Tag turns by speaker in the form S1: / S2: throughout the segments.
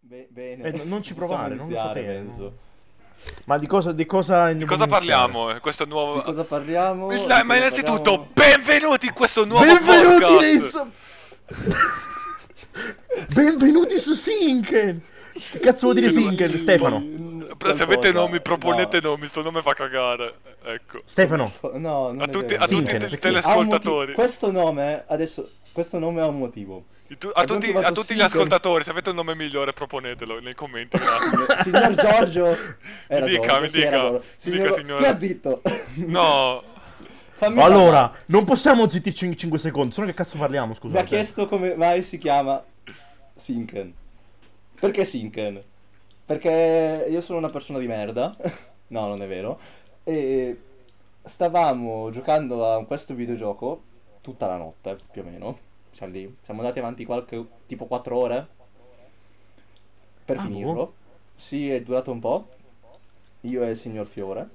S1: Be- bene.
S2: Eh, no- non ci provare, non lo
S1: Possiamo
S2: sapere.
S1: iniziare,
S2: no.
S1: penso.
S2: Ma di cosa, di cosa,
S3: Di cosa parliamo? eh, Questo
S1: Di
S3: nuovo.
S1: cosa parliamo?
S3: Il-
S1: Di
S3: la-
S1: cosa
S3: ma innanzitutto,
S1: parliamo?
S3: benvenuti in questo nuovo
S2: Benvenuti
S3: podcast.
S2: nei so- Benvenuti su Sinken! Che cazzo vuol dire Sinken? Stefano,
S3: Però Se avete
S1: Qualcosa.
S3: nomi, proponete
S1: No.
S3: nomi. Sto nome fa cagare. Ecco.
S2: Stefano,
S1: No, non
S3: A
S1: è
S3: tutti,
S1: vero.
S3: a tutti
S2: Sì,
S1: Ha
S2: perché-
S3: i te-
S1: un motivo-
S3: teleascoltatori.
S1: Questo nome, adesso, questo nome ha un motivo.
S3: I tu- a,
S1: abbiamo
S3: tutti,
S1: trovato
S3: a tutti gli
S1: Sinken.
S3: ascoltatori, se avete un nome migliore, proponetelo nei commenti. grazie.
S1: Signor Giorgio... Era
S3: Mi dica,
S1: Giorgio,
S3: mi
S1: sì, era
S3: dica.
S1: Giorgio.
S3: Mi
S1: Signor...
S3: dica, signora.
S1: Stia zitto.
S3: no,
S1: Fammi parlare.
S2: allora, non possiamo zittirci in 5 secondi, sennò che cazzo parliamo,
S1: Mi ha
S2: scusate.
S1: chiesto come mai si chiama Sinken. Perché Sinken? Perché io sono una persona di merda. No, non è vero. E stavamo giocando a questo videogioco tutta la notte, più o meno. Siamo lì. Siamo andati avanti qualche tipo 4 ore per
S2: Ah,
S1: finirlo.
S2: boh.
S1: Sì, è durato un po'. Io e il signor Fiore.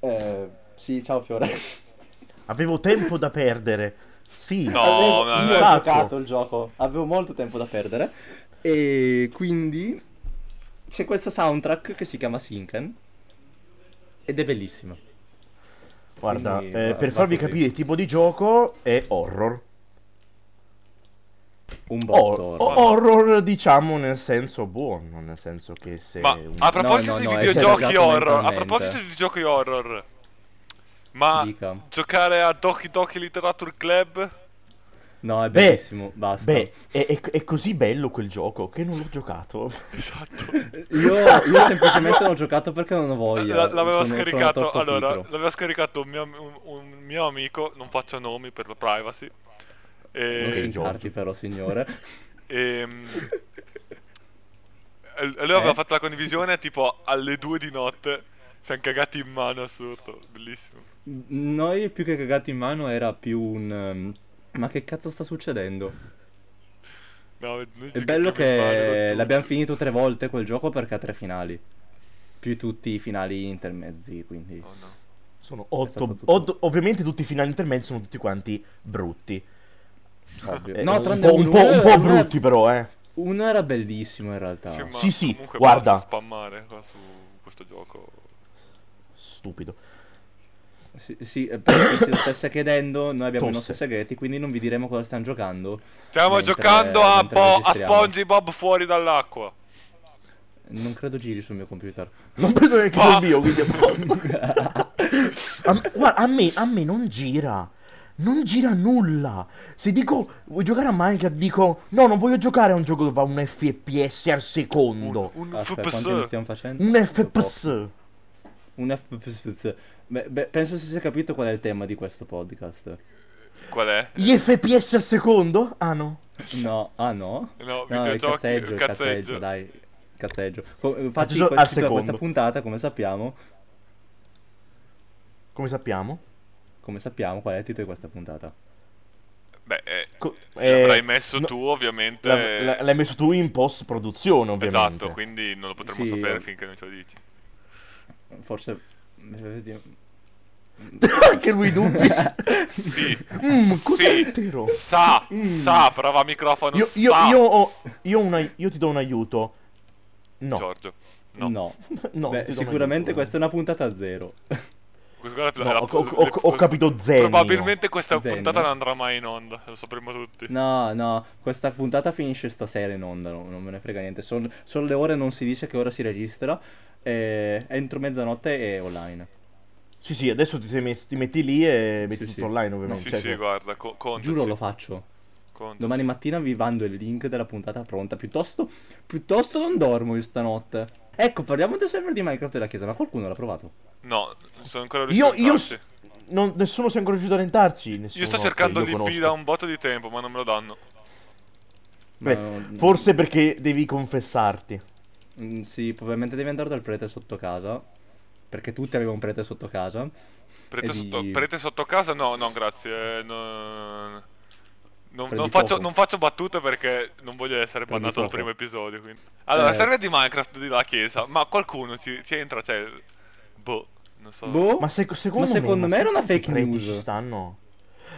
S1: Eh, sì, ciao Fiore.
S2: Avevo tempo da perdere. Sì.
S3: Oh, No,
S1: Avevo-
S3: ma-
S1: io ho
S2: Esatto.
S1: giocato il gioco, avevo molto tempo da perdere e quindi c'è questo soundtrack che si chiama Sinken ed è bellissimo.
S2: Guarda,
S1: Quindi,
S2: eh,
S1: va-
S2: per
S1: va
S2: farvi
S1: così.
S2: capire il tipo di gioco è horror.
S1: Un
S2: Or-
S1: botto.
S2: o- horror, diciamo, nel senso buono, nel senso che se...
S3: ma
S2: un-
S3: a proposito
S1: no,
S3: di
S1: no, è
S3: videogiochi
S1: esagerato
S3: horror, a
S1: mentalmente.
S3: proposito di giochi horror, ma
S1: Dica.
S3: giocare a Doki Doki Literature Club?
S1: No, è
S2: Beh,
S1: bellissimo, basta.
S2: Beh, è, è- è così bello quel gioco che non l'ho giocato.
S3: Esatto.
S1: Io, io semplicemente non ho giocato perché non ho voglia.
S3: La- l'avevo
S1: sono- sono
S3: scaricato,
S1: troppo
S3: allora,
S1: pigro.
S3: l'avevo scaricato un mio, un- un mio amico, non faccio nomi per la privacy.
S1: Non si
S3: E,
S2: Giorgio.
S1: incarti però, signore.
S3: ehm, e lui aveva
S1: Eh?
S3: fatto la condivisione tipo alle 2 di notte. Siamo cagati in mano, assurdo, bellissimo.
S1: Noi più che cagati in mano era più un... ehm, Ma che cazzo sta succedendo?
S3: No, noi
S1: È
S3: ci
S1: bello
S3: cacchiamo in mano con
S1: che
S3: tutti.
S1: l'abbiamo finito tre volte quel gioco perché ha tre finali. Più tutti i finali intermezzi, quindi.
S3: Oh, no.
S2: Sono
S1: stato
S2: otto...
S1: tutto-
S2: od- ovviamente tutti i finali intermezzi sono tutti quanti brutti.
S1: Ovvio.
S2: Eh,
S1: no,
S2: un,
S1: tranne
S2: po', un po'- un
S1: uno
S2: po'
S1: era-
S2: brutti però, eh.
S1: Uno era bellissimo in realtà.
S3: Sì, ma
S2: Sì, sì,
S3: comunque
S2: guarda.
S3: basta spammare qua su questo gioco.
S2: Stupido.
S1: Sì, sì, eh, per chi se lo stesse chiedendo, noi abbiamo i nostri
S2: Tosse.
S1: segreti, quindi non vi diremo cosa stanno giocando.
S3: Stiamo
S1: Mentre-
S3: giocando a,
S1: mentre
S3: po- a
S1: registriamo.
S3: SpongeBob fuori dall'acqua.
S1: Non credo giri sul mio computer.
S2: Non prendo neanche
S3: Ah.
S2: il mio, quindi è posto. a, me- guarda, a me, a me non gira. Non gira nulla. Se dico vuoi giocare a Minecraft, dico no, non voglio giocare a un gioco che va un FPS al secondo.
S3: Un, un
S1: Aspetta,
S3: FPS.
S1: quanti ne stiamo facendo?
S2: Un FPS.
S1: Un FPS. Beh, beh, penso si sia capito qual è il tema di questo podcast.
S3: Qual è?
S2: Gli FPS al secondo? Ah no.
S1: No, ah no?
S3: No,
S1: è
S3: videogiochi,
S1: cazzeggio,
S3: cazzeggio.
S1: cazzeggio, dai. Cazzeggio. Co- eh, Infatti,
S2: Cazzeggio
S1: quel
S2: al
S1: titolo a questa
S2: secondo.
S1: puntata, come sappiamo,
S2: Come sappiamo?
S1: come sappiamo, qual è il titolo di questa puntata?
S3: Beh, eh,
S2: Co- eh,
S3: l'avrai messo
S2: no,
S3: tu, ovviamente.
S2: l'ha- l'ha- l'hai messo tu in post produzione, ovviamente.
S3: Esatto, quindi non lo potremo
S1: Sì,
S3: sapere
S1: eh.
S3: finché non ce lo dici.
S1: Forse.
S2: Anche lui dubbi.
S3: Sì.
S2: Mm, cosa
S3: Sì.
S2: hetero?
S3: Sa,
S1: Mm.
S3: sa, prova microfono.
S2: Io, io,
S3: sa.
S2: io, ho- io ho un ai- io ti do un aiuto. No,
S3: Giorgio. No.
S1: No.
S2: no
S1: Beh,
S2: ti do un
S1: sicuramente
S2: aiuto.
S1: questa è una puntata a zero.
S3: Questo qua è la-
S2: No,
S3: la-
S2: ho, ho- ho- ho capito zero.
S3: Probabilmente questa
S1: Zenio.
S3: puntata non andrà mai in onda, lo sapremo tutti.
S1: No, no, questa puntata finisce stasera in onda, no- non me ne frega niente. Son- sono le ore, non si dice che ora si registra. E entro mezzanotte è online.
S2: Sì, sì, adesso ti, sei messo- ti metti lì e metti
S1: Sì,
S2: tutto
S1: sì.
S2: online, ovviamente.
S3: sì,
S2: cioè,
S3: sì, guarda, co- contaci,
S1: Giuro lo faccio.
S3: contaci.
S1: Domani mattina vi mando il link della puntata pronta. Piuttosto, piuttosto non dormo io stanotte. Ecco, parliamo del server di Minecraft della chiesa, ma qualcuno l'ha provato.
S3: No, non sono ancora riuscito
S2: Io,
S3: a
S2: io
S3: entrarci.
S2: s- non- nessuno si è ancora riuscito ad orientarci.
S3: Io
S2: nessuno
S3: sto
S2: che
S3: cercando
S2: io
S3: l'IP
S2: conosco.
S3: da un botto di tempo, ma non me lo danno.
S1: Ma
S2: Beh,
S1: non-
S2: Forse perché devi confessarti.
S1: Mm, Sì, probabilmente devi andare dal prete sotto casa. Perché tutti avevano un prete sotto casa.
S3: Prete,
S1: E di-
S3: sotto, prete sotto casa? No, no, grazie. eh, no- non,
S1: Prendi
S3: non faccio,
S1: fuoco.
S3: non faccio battute perché non voglio essere
S1: Prendi
S3: bannato al
S1: fuoco.
S3: primo episodio. Quindi. Allora,
S1: Eh.
S3: serve di Minecraft di la chiesa, ma qualcuno ci, ci entra, cioè... Boh, non so.
S1: Boh,
S2: Ma, se- secondo,
S1: Ma secondo me
S2: ma
S1: era una
S2: secondo te i
S1: fake
S2: preti
S1: news.
S2: ci stanno?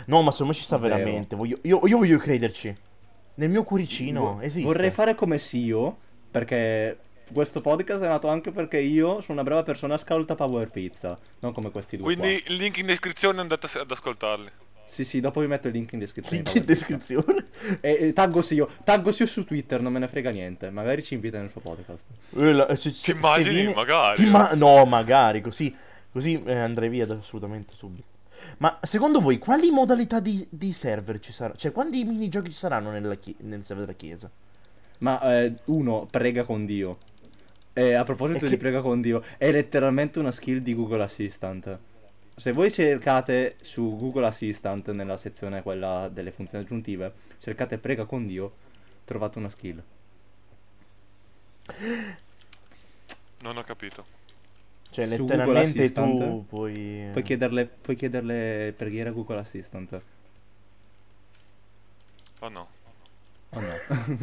S2: No, ma secondo me ci sta
S1: Zero.
S2: veramente. Voglio- io, io voglio crederci. Nel mio cuoricino
S1: vo-
S2: esiste.
S1: vorrei fare boh, come Sio. Perché questo podcast è nato anche perché io sono una brava persona ascolta Power Pizza, non come questi due qua.
S3: Quindi il link in descrizione andate a- ad ascoltarli.
S1: Sì, sì, dopo vi metto il link in descrizione.
S2: Link
S1: di
S2: in
S1: Power Pizza.
S2: descrizione.
S1: E, e taggo sì io, taggo sì io su Twitter, non me ne frega niente. Magari ci invita nel suo podcast.
S2: Eh, la- se- se- se
S3: immagini?
S2: viene-
S3: Magari.
S2: ti ma- No, magari, così, così eh, andrei via da- assolutamente subito. Ma secondo voi quali modalità di, di server ci saranno? Cioè, quanti minigiochi ci saranno nella chi- nel server della chiesa?
S1: Ma eh, uno prega con Dio. E a proposito
S2: E che-
S1: di prega con Dio, è letteralmente una skill di Google Assistant. Se voi cercate su Google Assistant nella sezione quella delle funzioni aggiuntive, cercate prega con Dio, trovate una skill.
S3: Non ho capito.
S2: Cioè,
S1: Su Google
S2: letteralmente tu
S1: Assistant?
S2: puoi...
S1: Puoi chiederle, puoi chiederle preghiere a Google Assistant.
S3: Oh no.
S1: Oh no.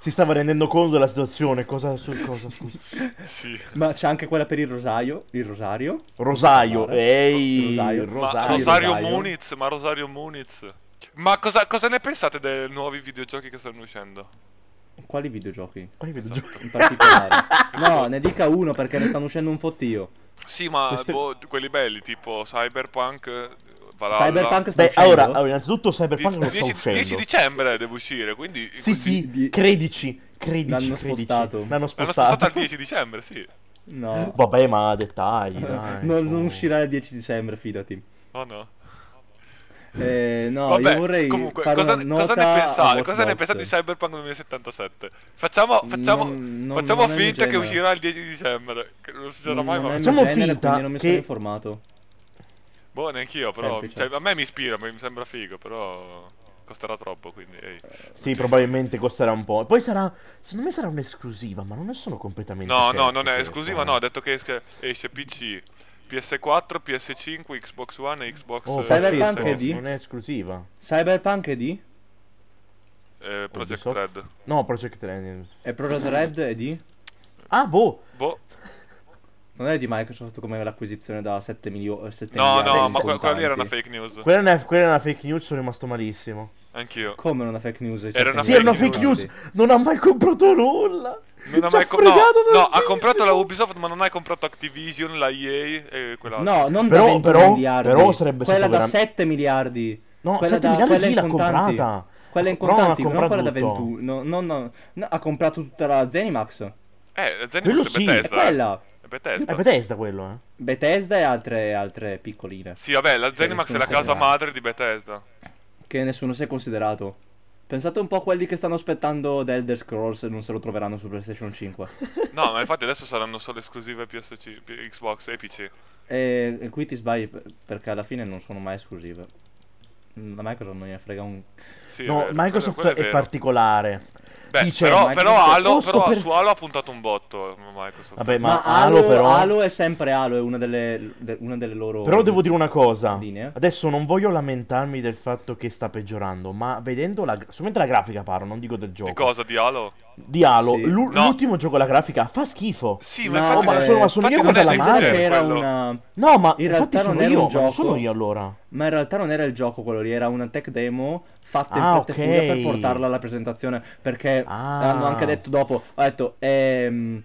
S2: Si stava rendendo conto della situazione, cosa su cosa, scusa.
S3: Sì.
S1: Ma c'è anche quella per il rosario, il rosario.
S2: Rosario, ehi,
S1: Rosario.
S2: Rosario.
S1: Ma-
S3: ma Rosario,
S1: Rosario.
S3: Muniz, ma Rosario Muniz. Ma cosa, cosa ne pensate dei nuovi videogiochi che stanno uscendo?
S1: Quali videogiochi?
S2: Poi vedo giù.
S1: In particolare. No, ne dica uno perché ne stanno uscendo un fottio.
S3: Sì, ma
S2: Queste-
S3: boh, quelli belli, tipo Cyberpunk, eh, Valhalla.
S1: Cyberpunk sta
S2: Beh,
S1: uscendo.
S2: allora, allora, innanzitutto Cyberpunk
S3: Die-
S2: lo sta
S3: 10
S2: uscendo.
S3: 10 dicembre deve uscire, quindi...
S2: Sì,
S3: quindi-
S2: sì,
S1: di-
S2: credici, credici,
S1: L'hanno
S2: credici.
S1: spostato.
S2: L'hanno
S3: L'hanno spostato al
S2: spostato.
S3: 10 dicembre, sì.
S1: No.
S2: Vabbè, ma dettagli, dai.
S1: Eh, non,
S2: su.
S1: non uscirà il 10 dicembre, fidati.
S3: Oh no.
S1: Eh, no,
S3: Vabbè,
S1: io vorrei
S3: comunque,
S1: fare
S3: cosa,
S1: una nota
S3: cosa ne
S1: a
S3: pensate?
S1: Watch
S3: Cosa ne
S1: Dogs.
S3: pensate di Cyberpunk 2077? Facciamo, facciamo,
S1: Non- non-
S3: facciamo
S1: non è il mio
S3: finta che
S1: genere.
S3: uscirà il 10 dicembre. Che non succederà
S1: Non-
S3: mai,
S1: non è
S3: ma...
S1: il mio
S2: Facciamo
S1: genere,
S2: finta
S1: quindi non mi sono
S2: che-
S1: informato.
S3: Boh, neanch'io, però...
S1: Semplice.
S3: cioè, a me mi ispira, mi sembra figo, però... Costerà troppo, quindi... ehi.
S2: Sì, probabilmente costerà un po'. E poi sarà, secondo me sarà un'esclusiva, ma non ne sono completamente
S3: No,
S2: certo
S3: no, non è
S2: questo,
S3: esclusiva,
S2: eh.
S3: no, ha detto che esce, esce PC, PS4, PS5, Xbox One e Xbox
S2: Oh,
S3: eh,
S1: Cyberpunk
S2: pazzesco,
S1: è di-
S2: non è esclusiva.
S1: Cyberpunk è di?
S3: eh, Project
S2: Ubisoft?
S3: Red.
S2: No, Project Red.
S1: E Project Red è di?
S2: Ah, boh.
S3: Boh.
S1: Non è di Microsoft come l'acquisizione da 7 milioni.
S3: No, no,
S2: sì,
S3: ma
S2: sì,
S3: que- quella lì era una fake news.
S2: Quella, non è- quella è una fake news, sono rimasto malissimo.
S3: Anch'io.
S1: Come non una fake news? i
S3: Era
S1: 7
S3: una
S2: Sì, era una
S1: milioni
S2: fake
S1: di
S2: news.
S1: utenti?
S2: Non ha mai comprato nulla.
S3: Non ha
S2: Ci ha
S3: mai co-
S2: fregato
S3: no, no, ha
S2: tantissimo.
S3: comprato la Ubisoft, ma non ha comprato Activision, la EA e quella.
S1: No, non
S2: Però-
S1: da 20
S2: però-
S1: miliardi.
S2: però sarebbe
S1: quella
S2: stato
S1: da
S2: veram-
S1: 7 miliardi.
S2: No,
S1: Quella
S2: 7
S1: da-
S2: miliardi
S1: quella
S2: sì,
S1: in
S2: l'ha
S1: contanti.
S2: comprata.
S1: Quella in
S2: Però non ha
S1: contanti, non, quella da
S2: comprato tutto.
S1: 21. No, no, no, no, ha comprato tutta la Zenimax.
S3: Eh,
S2: Quello
S3: Zenimax
S2: sì.
S3: è
S1: È
S3: Bethesda. eh.
S1: quella.
S3: È Bethesda.
S2: È Bethesda quello, eh.
S1: Bethesda e altre, altre piccoline.
S3: Sì, vabbè, la Zenimax è
S1: nessuno
S3: la
S1: sa
S3: casa
S1: che-
S3: madre di Bethesda.
S1: che nessuno si è considerato. Pensate un po' a quelli che stanno aspettando The Elder Scrolls e non se lo troveranno su PlayStation 5.
S3: No, ma infatti adesso saranno solo esclusive PSC, P- Xbox e PC.
S1: e, e qui ti sbagli per- perché alla fine non sono mai esclusive. Mm, La Microsoft non ne frega un...
S3: Sì, è
S2: no,
S3: vero,
S2: Microsoft
S3: quello- quello
S2: è
S3: vero.
S2: particolare.
S3: Beh,
S2: Dice,
S3: però,
S1: Microsoft-
S3: però, Halo,
S2: Oh, sto
S3: però
S2: per-
S3: su Halo ha puntato un botto eh, Microsoft.
S2: Vabbè, ma, Halo, però...
S1: Halo è sempre Halo, è una delle, de- una delle loro...
S2: Però devo dire una cosa.
S1: Linea.
S2: Adesso non voglio lamentarmi del fatto che sta peggiorando, ma vedendo la. Solamente la grafica parlo, non dico del gioco.
S3: Di cosa di Halo?
S2: Di Halo,
S1: Sì.
S2: l'u-
S3: No.
S2: l'ultimo gioco la grafica fa schifo.
S3: Sì, ma
S1: No,
S3: infatti
S1: ma
S3: non-
S1: sono- ma
S2: sono
S3: infatti
S2: io
S3: non
S2: con
S3: è
S2: della
S3: sincero
S2: madre.
S1: Che era
S3: quello.
S1: una...
S2: No, ma
S1: In
S2: infatti
S1: realtà
S2: sono
S1: non era
S2: io,
S1: un
S2: ma non sono
S1: gioco.
S2: io allora.
S1: Ma in realtà non era il gioco quello lì, era una tech demo fatta in
S2: Ah,
S1: fretta e
S2: ok.
S1: furia per portarla alla presentazione. Perché
S2: Ah.
S1: hanno anche detto dopo, ha detto, ehm,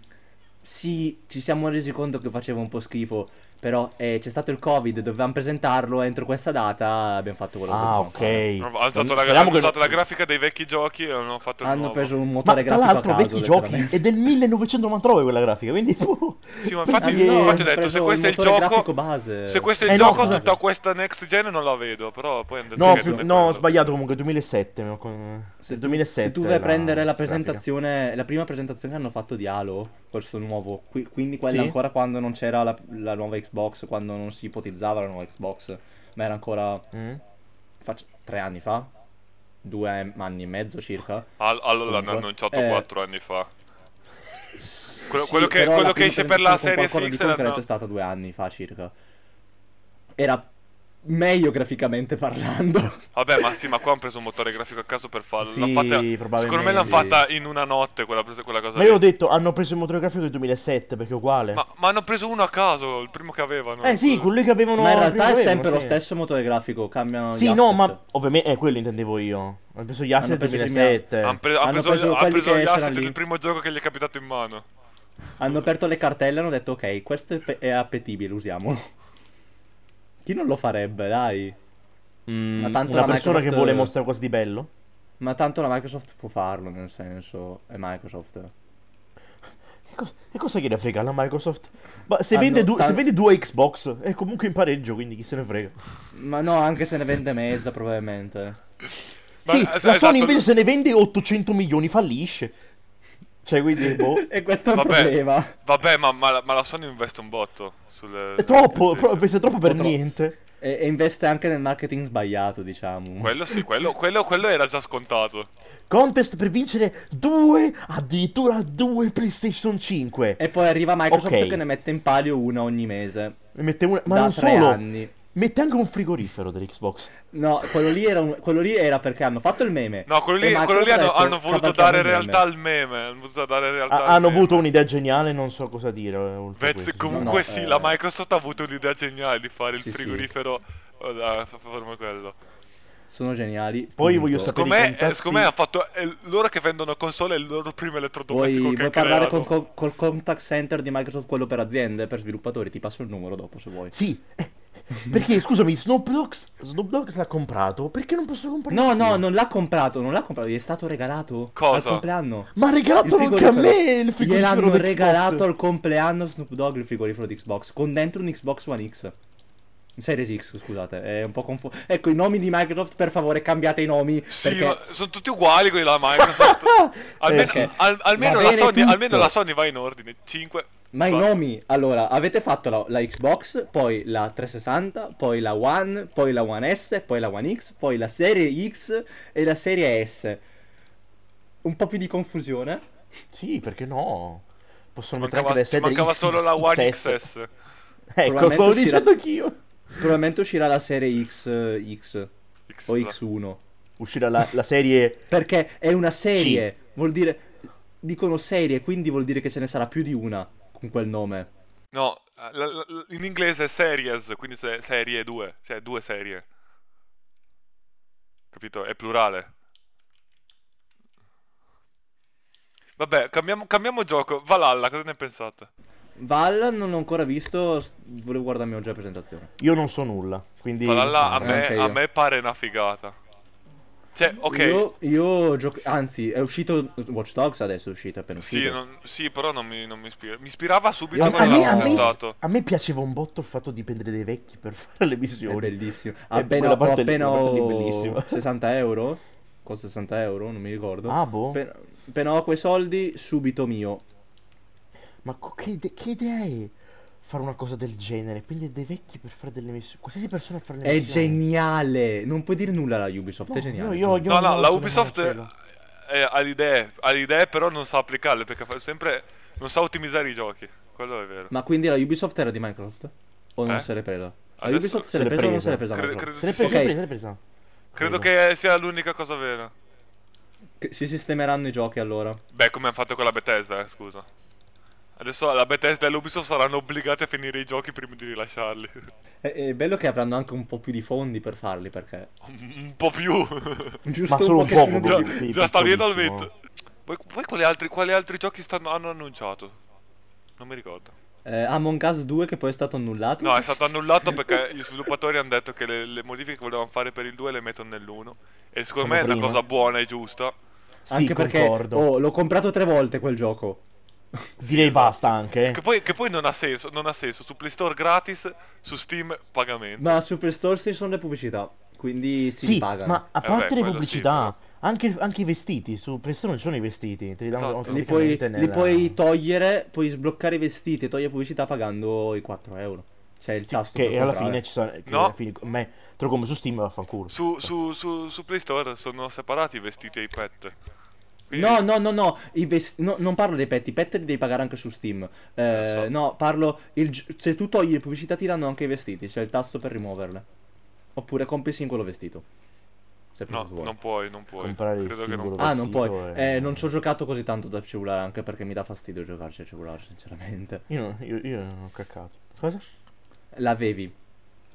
S1: sì, ci siamo resi conto che faceva un po' schifo, però eh, c'è stato il covid, dovevamo presentarlo entro questa data, abbiamo fatto quello che
S2: Ah,
S1: dovevamo fare.
S2: ok.
S3: Hanno alzato, la,
S2: Speriamo
S3: hanno
S2: che-
S3: alzato la grafica dei vecchi giochi e hanno fatto il
S1: Hanno
S3: nuovo.
S1: preso un
S2: Ma
S1: motore
S2: tra
S1: grafico a
S2: l'altro,
S1: caso,
S2: vecchi giochi
S1: letteralmente.
S2: è del 1999 quella grafica, quindi. boh.
S3: Ah, Sì, ma infatti,
S2: Perché-
S3: no, infatti ho
S1: hanno
S3: detto, se
S1: preso
S3: questo è
S1: il
S3: il
S1: motore
S3: gioco,
S1: grafico base.
S3: se questo è il
S2: Eh, no,
S3: gioco,
S2: scusa.
S3: tutta questa next gen non la vedo, però poi hanno detto
S2: No,
S3: che
S2: più-
S3: non è
S2: no, ho
S3: quello.
S2: sbagliato comunque 2007. mi ho con-
S1: Se tu-
S2: 2007
S1: se tu vai a prendere la
S2: grafica.
S1: presentazione, la prima presentazione che hanno fatto di Halo, questo nuovo, qui- quindi quella
S2: Sì.
S1: ancora quando non c'era la, la nuova Xbox, quando non si ipotizzava la nuova Xbox, ma era ancora
S2: Mm?
S1: fac- tre anni fa, due anni e mezzo circa.
S3: Al- allora l'hanno
S1: Comunque,
S3: annunciato
S1: eh,
S3: 4 anni fa. Quello,
S1: Sì,
S3: quello che,
S1: però
S3: quello
S1: la
S3: che
S1: prima
S3: esce per la
S1: presentazione
S3: serie
S1: con qualcosa di
S3: X
S1: concreto è
S3: l'hanno...
S1: stata due anni fa circa. Era meglio graficamente parlando.
S3: Vabbè, ma sì, ma qua hanno preso un motore grafico a caso per farlo.
S2: Sì,
S3: L'han fatta-
S2: probabilmente.
S3: Secondo me l'hanno fatta in una notte quella, quella cosa
S2: Ma io ho
S3: lì.
S2: detto, hanno preso il motore grafico del 2007 perché è uguale.
S3: Ma, ma hanno preso uno a caso, il primo che avevano.
S2: eh sì, quelli che avevano...
S1: ma in
S2: prima
S1: realtà è
S2: avevano,
S1: sempre lo
S2: sì.
S1: stesso motore grafico, cambiano
S2: Sì,
S1: gli
S2: no,
S1: asset.
S2: ma ovviamente eh, quello intendevo io. Ho preso gli asset
S1: Hanno
S2: del
S1: preso i primi
S2: 2007.
S3: Hanno pre- hanno
S1: Hanno
S3: preso,
S1: preso
S3: hanno
S1: quelli
S3: preso
S1: che
S3: gli
S1: c'erano
S3: asset
S1: lì.
S3: del primo gioco che gli è capitato in mano.
S1: Hanno aperto le cartelle e hanno detto ok, questo è, pe- è appetibile, usiamolo. Chi non lo farebbe, dai?
S2: Mm,
S1: Ma tanto
S2: una
S1: la
S2: persona che
S1: Microsoft-
S2: vuole mostrare qualcosa di bello.
S1: Ma tanto la Microsoft può farlo, nel senso, è Microsoft.
S2: E cosa, e cosa gliene frega la Microsoft? Ma se,
S1: Hanno
S2: vende due-
S1: tan-
S2: se vende due Xbox è comunque in pareggio, quindi chi se ne frega.
S1: Ma no, anche se ne vende mezza probabilmente.
S3: Ma-
S2: sì,
S3: eh,
S2: la
S3: esatto,
S2: Sony invece se ne vende 800 milioni fallisce. Cioè, quindi, boh.
S1: e questo è un
S3: Vabbè.
S1: problema.
S3: Vabbè, ma, ma la- ma la Sony investe un botto. Sulle...
S2: È troppo,
S3: sì.
S2: pro- penso è troppo per
S1: Un po' troppo.
S2: niente.
S1: E, e investe anche nel marketing sbagliato, diciamo.
S3: Quello sì, quello, quello- quello era già scontato.
S2: Contest per vincere due, addirittura due PlayStation 5.
S1: E poi arriva Microsoft
S2: Ok.
S1: che ne mette in palio una ogni mese.
S2: Ne mette una- ma
S1: da
S2: non
S1: tre
S2: solo,
S1: anni.
S2: mette anche un frigorifero dell'Xbox.
S1: No, quello lì, era un- quello lì era perché hanno fatto il meme.
S3: No, quello
S1: E
S3: lì,
S1: Microsoft
S3: quello lì
S1: ha
S3: hanno,
S1: detto,
S3: hanno voluto
S1: "Cavalchiamo
S3: dare in
S1: il meme".
S3: realtà al meme. Hanno voluto dare in realtà
S2: Ha-
S3: al
S2: hanno
S3: meme.
S2: avuto un'idea geniale, non so cosa dire. eh, oltre a
S3: Beh,
S2: questo.
S3: comunque
S1: No, no,
S3: sì,
S1: eh.
S3: la Microsoft ha avuto un'idea geniale di fare il
S1: Sì, sì.
S3: frigorifero eh, a forma quello.
S1: Sono geniali.
S2: Poi
S1: punto.
S2: voglio sapere-
S3: Secondo me,
S2: i contatti-
S3: eh, secondo me ha fatto è l- loro che vendono console è il loro primo
S1: Vuoi,
S3: elettrodomestico che
S1: vuoi parlare
S3: creano.
S1: col, col- col contact center di Microsoft, quello per aziende, per sviluppatori? Ti passo il numero dopo se vuoi.
S2: Sì, eh, perché scusami, Snoop Dogg, Snoop Dogg l'ha comprato, perché non posso comprare?
S1: No, no, non l'ha comprato, non l'ha comprato, gli è stato regalato
S3: Cosa?
S1: al compleanno.
S2: Ma ha regalato
S1: Il
S2: anche a me
S1: frigorifero.
S2: il frigorifero
S1: Gliel'hanno
S2: d'Xbox.
S1: regalato al compleanno Snoop Dogg il frigorifero di Xbox con dentro un Xbox One X. Series X, scusate, è un po' confuso. Ecco, i nomi di Microsoft, per favore, cambiate i nomi.
S3: Sì,
S1: perché... Eh,
S3: ma sono tutti uguali quelli della Microsoft. almeno,
S1: sì.
S3: al- almeno
S1: Va
S3: la
S1: bene
S3: Sony,
S1: tutto.
S3: almeno la Sony va in ordine. 5.
S1: Ma i nomi, allora, avete fatto la, la Xbox, poi la 360, poi la One, poi la One S, poi la One X, poi la serie X e la serie S. Un po' più di confusione.
S2: Sì, perché no? Possono mettere
S3: Mancava,
S2: anche le
S3: ci
S2: sedie
S3: mancava
S2: X-
S3: solo la One
S2: XS.
S3: XS.
S2: Ecco, stavo
S1: Probabilmente uscirà-
S2: dicendo anch'io.
S1: Probabilmente uscirà la serie X, eh, X
S3: X
S1: o
S3: Plus.
S1: X1.
S2: Uscirà la, la serie...
S1: Perché è una serie, vuol dire... Dicono serie, quindi vuol dire che ce ne sarà più di una con quel nome.
S3: No, la- la- la- in inglese è series, quindi se- serie 2, cioè due serie. Capito? È plurale. Vabbè, cambiamo, cambiamo gioco. Valhalla, cosa ne pensate?
S1: Val non l'ho ancora visto, s- volevo guardarmi oggi la presentazione.
S2: Io non so nulla, quindi...
S3: Valhalla a
S1: eh,
S3: me,
S1: anche
S3: a
S1: io.
S3: me pare una figata. Cioè, ok,
S1: Io, io gioco... Anzi, è uscito Watch Dogs adesso, è uscito, è appena uscito.
S3: sì, non- sì, però non mi, non mi ispira. Mi ispirava subito
S1: Io-
S2: A,
S3: quando
S2: a me, a
S3: l'hanno
S2: me-
S3: presentato.
S2: a me piaceva un botto il fatto di prendere dei vecchi per fare le
S1: È
S2: missioni.
S1: bellissimo.
S2: quella
S1: Appena,
S2: parte lì-
S1: appena
S2: quella parte lì è
S1: ho
S2: bellissima.
S1: 60 euro. Costa 60 euro, non mi ricordo.
S2: Ah, boh.
S1: Appena, appena ho quei soldi, subito mio.
S2: Ma co- che, ide- che idea è fare una cosa del genere? Prendere dei vecchi per fare delle missioni. Qualsiasi persona a fare le
S1: È
S2: missioni.
S1: geniale. Non puoi dire nulla alla Ubisoft,
S2: No,
S1: è geniale.
S2: io- io-
S3: No, no, la
S2: sono
S3: Ubisoft
S2: Marcello.
S3: eh, ha le idee, ha le idee, però non sa applicarle perché fa sempre non sa ottimizzare i giochi. Quello è vero.
S1: Ma quindi la Ubisoft era di Minecraft? O non
S3: Eh?
S1: se l'è presa? La
S3: Adesso-
S1: Ubisoft se
S2: Se
S1: l'è
S2: l'è
S1: presa o non
S2: presa.
S1: se l'è presa?
S3: Credo-
S1: Minecraft?
S2: Se l'è presa,
S1: Ok.
S2: se l'è presa, se l'è presa.
S3: Credo che sia l'unica cosa vera.
S1: Che Si sistemeranno i giochi allora.
S3: Beh, come hanno fatto con la Bethesda, eh, scusa. Adesso la Bethesda e l'Ubisoft saranno obbligate a finire i giochi prima di rilasciarli.
S1: È, è bello che avranno anche un po' più di fondi per farli perché.
S3: un, un po' più.
S1: Giusto
S2: Ma solo un po'
S1: pochettino di
S2: proprio,
S1: più.
S2: quindi
S3: Già sta via al
S2: piccolissimo.
S3: vento. Poi, poi quali, altri, quali altri giochi stanno- hanno annunciato? Non mi ricordo.
S1: Eh, Among Us 2 che poi è stato annullato.
S3: No, è stato annullato perché gli sviluppatori hanno detto che le, le modifiche che volevano fare per il 2 le mettono nell'1. E secondo
S2: Come
S3: me è una
S2: prima.
S3: cosa buona e giusta.
S2: Sì,
S1: Anche perché
S2: concordo.
S1: oh, l'ho comprato tre volte quel gioco.
S2: Direi basta anche. eh.
S3: Che poi, che poi non ha senso, non ha senso. Su Play Store gratis, su Steam pagamento.
S1: Ma Superstore ci sono le pubblicità, quindi si
S2: Sì,
S1: pagano.
S2: ma a
S3: Eh beh,
S2: parte le
S3: quello
S2: pubblicità,
S3: sì,
S2: anche, anche i vestiti, su PlayStation non ci sono i vestiti, te li danno
S3: Esatto.
S1: Li puoi,
S2: automaticamente
S1: li
S2: nella-
S1: puoi togliere, puoi sbloccare i vestiti e togliere pubblicità pagando i 4 euro. C'è il tasto per
S2: Che alla
S1: comprare.
S2: fine ci sono... che
S3: No.
S2: alla fine- me, te lo come su Steam vaffanculo.
S3: Su, su, su, su Play Store sono separati i vestiti e i pet. Quindi-
S1: No, no, no, no, i vest- no, non parlo dei pet, i pet li devi pagare anche su Steam. Eh,
S3: Eh, lo so.
S1: No, parlo, il gi- se tu togli le pubblicità ti danno anche i vestiti, c'è il tasto per rimuoverle. Oppure compri singolo vestito. Se
S3: No,
S1: proprio vuoi.
S3: non puoi, non puoi.
S2: Comprare il
S3: Credo che non
S2: singolo.
S1: Ah, non
S2: vestito
S1: puoi.
S2: è-
S1: Eh, non ci ho giocato così tanto da cellulare, anche perché mi dà fastidio giocarci al cellulare, sinceramente.
S2: Io, non- io, io non ho caccato. Cosa?
S1: L'avevi.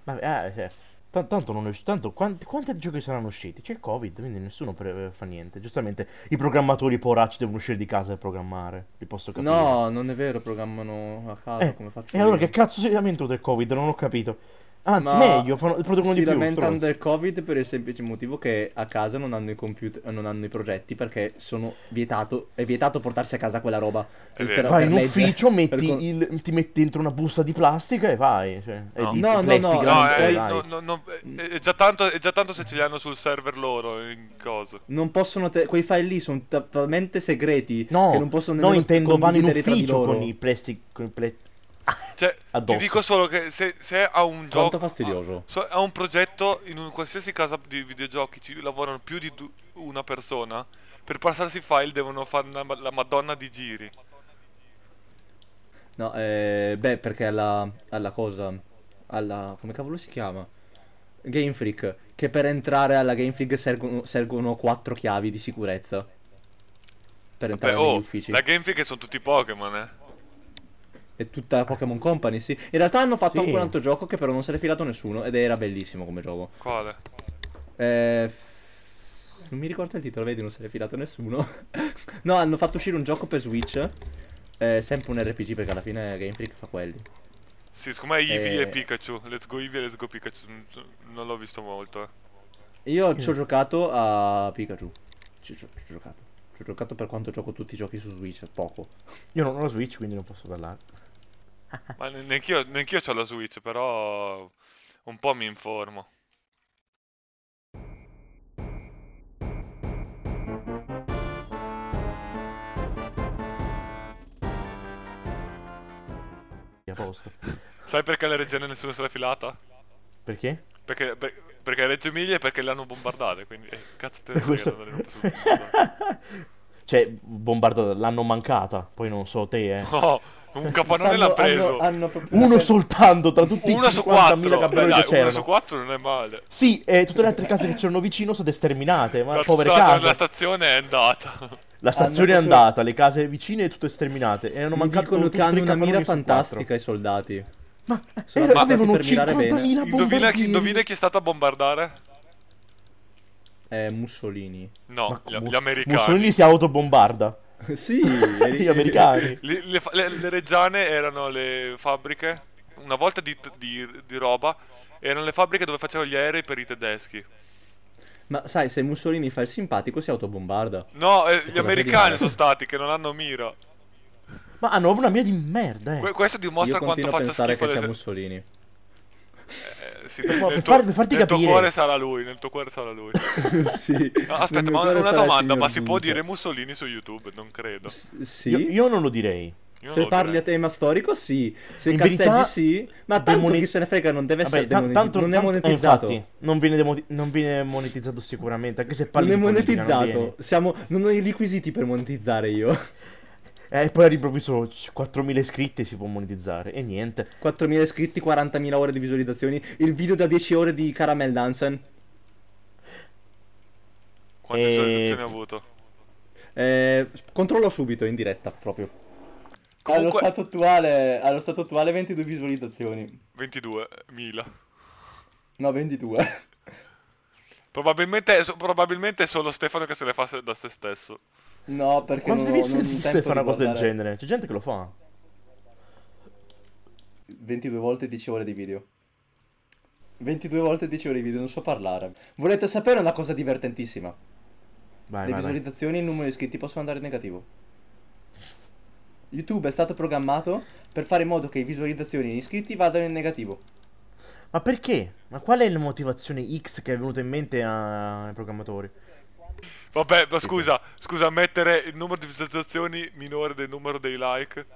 S2: Vabbè, ah, certo. Tan- Tanto, non è usci- tanto quanti, quanti giochi saranno usciti? C'è il Covid, quindi nessuno pre- eh, fa niente. Giustamente i programmatori poracci devono uscire di casa e programmare. Li posso capire.
S1: No, non è vero, programmano a caso
S2: Eh,
S1: come faccio
S2: E allora
S1: io.
S2: che cazzo si lamentano del Covid? Non ho capito. Anzi,
S1: Ma
S2: meglio, fanno, producono
S1: si
S2: di più.
S1: lamentano
S2: stronzi.
S1: del covid per il semplice motivo che a casa non hanno i computer, non hanno i progetti perché sono vietato, è vietato portarsi a casa quella roba.
S3: È
S1: Per-
S3: vero.
S1: per
S2: Vai in
S1: legge.
S2: ufficio,
S1: Per
S2: metti
S1: con-
S2: il- ti metti dentro una busta di plastica e vai. Cioè, è
S3: No.
S2: di
S1: No, no, no,
S2: plexiglass,
S3: No,
S1: Grazie,
S3: eh,
S2: dai.
S3: no, no, no, eh, è, già tanto, è già tanto se ce li hanno sul server loro in cosa.
S1: Non possono, te- quei file lì sono ta- talmente segreti
S2: No,
S1: che non possono
S2: no,
S1: nemmeno
S2: intendo vanno in
S1: condividere tra di
S2: ufficio
S1: loro.
S2: con i plexi... Con i ple-
S3: Cioè,
S2: Addosso.
S3: ti dico solo che se, se ha un gioco...
S1: Quanto fastidioso.
S3: So- ha un progetto in un qualsiasi casa di videogiochi ci lavorano più di du- una persona. Per passarsi i file devono fare una- la madonna di giri.
S1: No, eh, beh, perché alla, alla cosa, alla, come cavolo si chiama? Game Freak, che per entrare alla Game Freak sergono, servono quattro chiavi di sicurezza. Per
S3: Beh,
S1: entrare negli
S3: oh,
S1: uffici.
S3: la Game Freak è- sono tutti Pokémon, eh.
S1: È tutta Pokémon Company, sì. In realtà hanno fatto
S2: Sì.
S1: anche un altro gioco che però non se l'è filato nessuno ed era bellissimo come gioco.
S3: Quale?
S1: Eh, f- non mi ricordo il titolo, vedi, non se l'è filato nessuno. no, hanno fatto uscire un gioco per Switch. eh, sempre un RPG perché alla fine Game Freak fa quelli.
S3: Sì, siccome è Eevee
S1: Eh.
S3: e Pikachu. Let's go Eevee e let's go Pikachu. Non- Non l'ho visto molto, eh.
S1: Io ci ho giocato a Pikachu. Ci ho, ci ho giocato. Ci ho giocato per quanto gioco tutti i giochi su Switch, poco.
S2: Io non ho la Switch, quindi non posso parlare.
S3: Ma ne- neanch'io, neanch'io ho la Switch, però un po' mi informo.
S2: A posto.
S3: Sai perché la regione nessuno se l'è filata?
S2: Perché?
S3: Perché, per- perché Reggio Emilia e perché l'hanno bombardata, quindi eh, cazzo te ne frega,
S2: Questo-
S3: non ne posso bombardare.
S2: Cioè, bombardata, l'hanno mancata. Poi non so te, eh.
S3: No, un capannone l'ha
S1: Sanno-
S3: preso.
S1: hanno- hanno proprio una
S2: Uno
S1: per-
S2: soltanto tra tutti i
S3: Uno su
S2: 50.000
S3: quattro.
S2: campioni
S3: Beh,
S2: che
S3: dai, uno su
S2: c'erano.
S3: quattro non è male.
S2: Sì, e tutte le altre case che c'erano vicino sono state sterminate. Ma
S3: La-
S2: povere
S3: la-
S2: case.
S3: La stazione è andata.
S2: La stazione è
S1: Hanno proprio-
S2: andata, le case vicine tutte sterminate. Erano
S1: Mi
S2: mancati
S1: dicono che
S2: tutti i
S1: hanno una
S2: capannoni
S1: mira
S2: su quattro.
S1: fantastica i soldati.
S2: Ma
S1: Sono
S2: era-
S1: abbastanza
S2: avevano
S1: per mirare
S2: 50.000
S1: bene.
S3: Indovina chi,
S2: bombardieri.
S3: indovina chi è stato a bombardare?
S1: Eh, Mussolini.
S2: Ma
S3: No, gli,
S2: Mus-
S3: gli americani.
S2: Mussolini si autobombarda.
S1: sì,
S2: Gli americani.
S3: Li- Le, fa- le- le reggiane erano le fabbriche, una volta di, di- di roba, erano le fabbriche dove facevano gli aerei per i tedeschi.
S1: Ma sai, se Mussolini fa il simpatico si autobombarda.
S3: No, eh, gli
S1: quella
S3: americani
S1: che
S3: sono stati che non hanno mira.
S2: Ma hanno una mira di merda, eh.
S3: Que- questo dimostra
S1: Io
S3: quanto
S1: continuo a
S3: faccia
S1: pensare
S3: schifo
S1: che
S3: le-
S1: sia Mussolini.
S3: eh, sì,
S2: No,
S3: nel
S2: per
S3: tuo-
S2: far- per farti
S3: nel tuo
S2: capire.
S3: cuore sarà lui, nel tuo cuore sarà lui.
S1: sì.
S3: No, aspetta,
S1: Nel mio
S3: ma
S1: cuore
S3: una
S1: sarà il
S3: domanda, ma
S1: signor
S3: si può
S1: Duca.
S3: dire Mussolini su YouTube? Non credo.
S1: S- sì.
S2: Io, io non lo direi.
S3: Io non
S1: Se
S3: lo
S1: parli
S3: direi.
S1: a tema storico, sì. Se
S2: In
S1: cazzeggi,
S2: verità,
S1: sì. Ma tanto
S2: demoni-
S1: chi se ne frega non deve
S2: Vabbè,
S1: essere
S2: ta-
S1: demonetizzato.
S2: tanto,
S1: non è
S2: tanto- eh,
S1: monetizzato.
S2: infatti, non viene, demo- non viene monetizzato sicuramente, anche se parli
S1: non è
S2: di politica,
S1: monetizzato.
S2: viene.
S1: Siamo... Non ho i requisiti per monetizzare io.
S2: Eh, E poi all'improvviso c- 4.000 iscritti si può monetizzare, e niente.
S1: 4.000 iscritti, 40.000 ore di visualizzazioni. Il video da 10 ore di Caramel Dansen.
S3: Quante
S2: Eh,
S3: visualizzazioni ha avuto?
S1: Eh, controllo subito in diretta proprio.
S3: Comunque-
S1: Allo, stato attuale, allo stato attuale 22 visualizzazioni.
S3: 22.000.
S1: No, 22.
S3: Probabilmente, so- probabilmente è solo Stefano che se le fa se- da se stesso.
S1: No, perché
S2: Quando
S1: non,
S2: devi
S1: non ho
S2: essere
S1: tempo
S2: triste
S1: di
S2: fare una cosa del
S1: guardare
S2: genere? C'è gente che lo fa.
S1: 22 volte 10 ore di video. 22 volte 10 ore di video, non so parlare. Volete sapere una cosa divertentissima?
S2: Vai,
S1: Le
S2: vai, vai.
S1: visualizzazioni e il numero di iscritti possono andare in negativo. YouTube è stato programmato per fare in modo che visualizzazioni e iscritti vadano in negativo.
S2: Ma perché? Ma qual è la motivazione X che è venuta in mente a- ai programmatori?
S3: Vabbè, ma scusa, scusa, mettere il numero di visualizzazioni minore del numero dei like.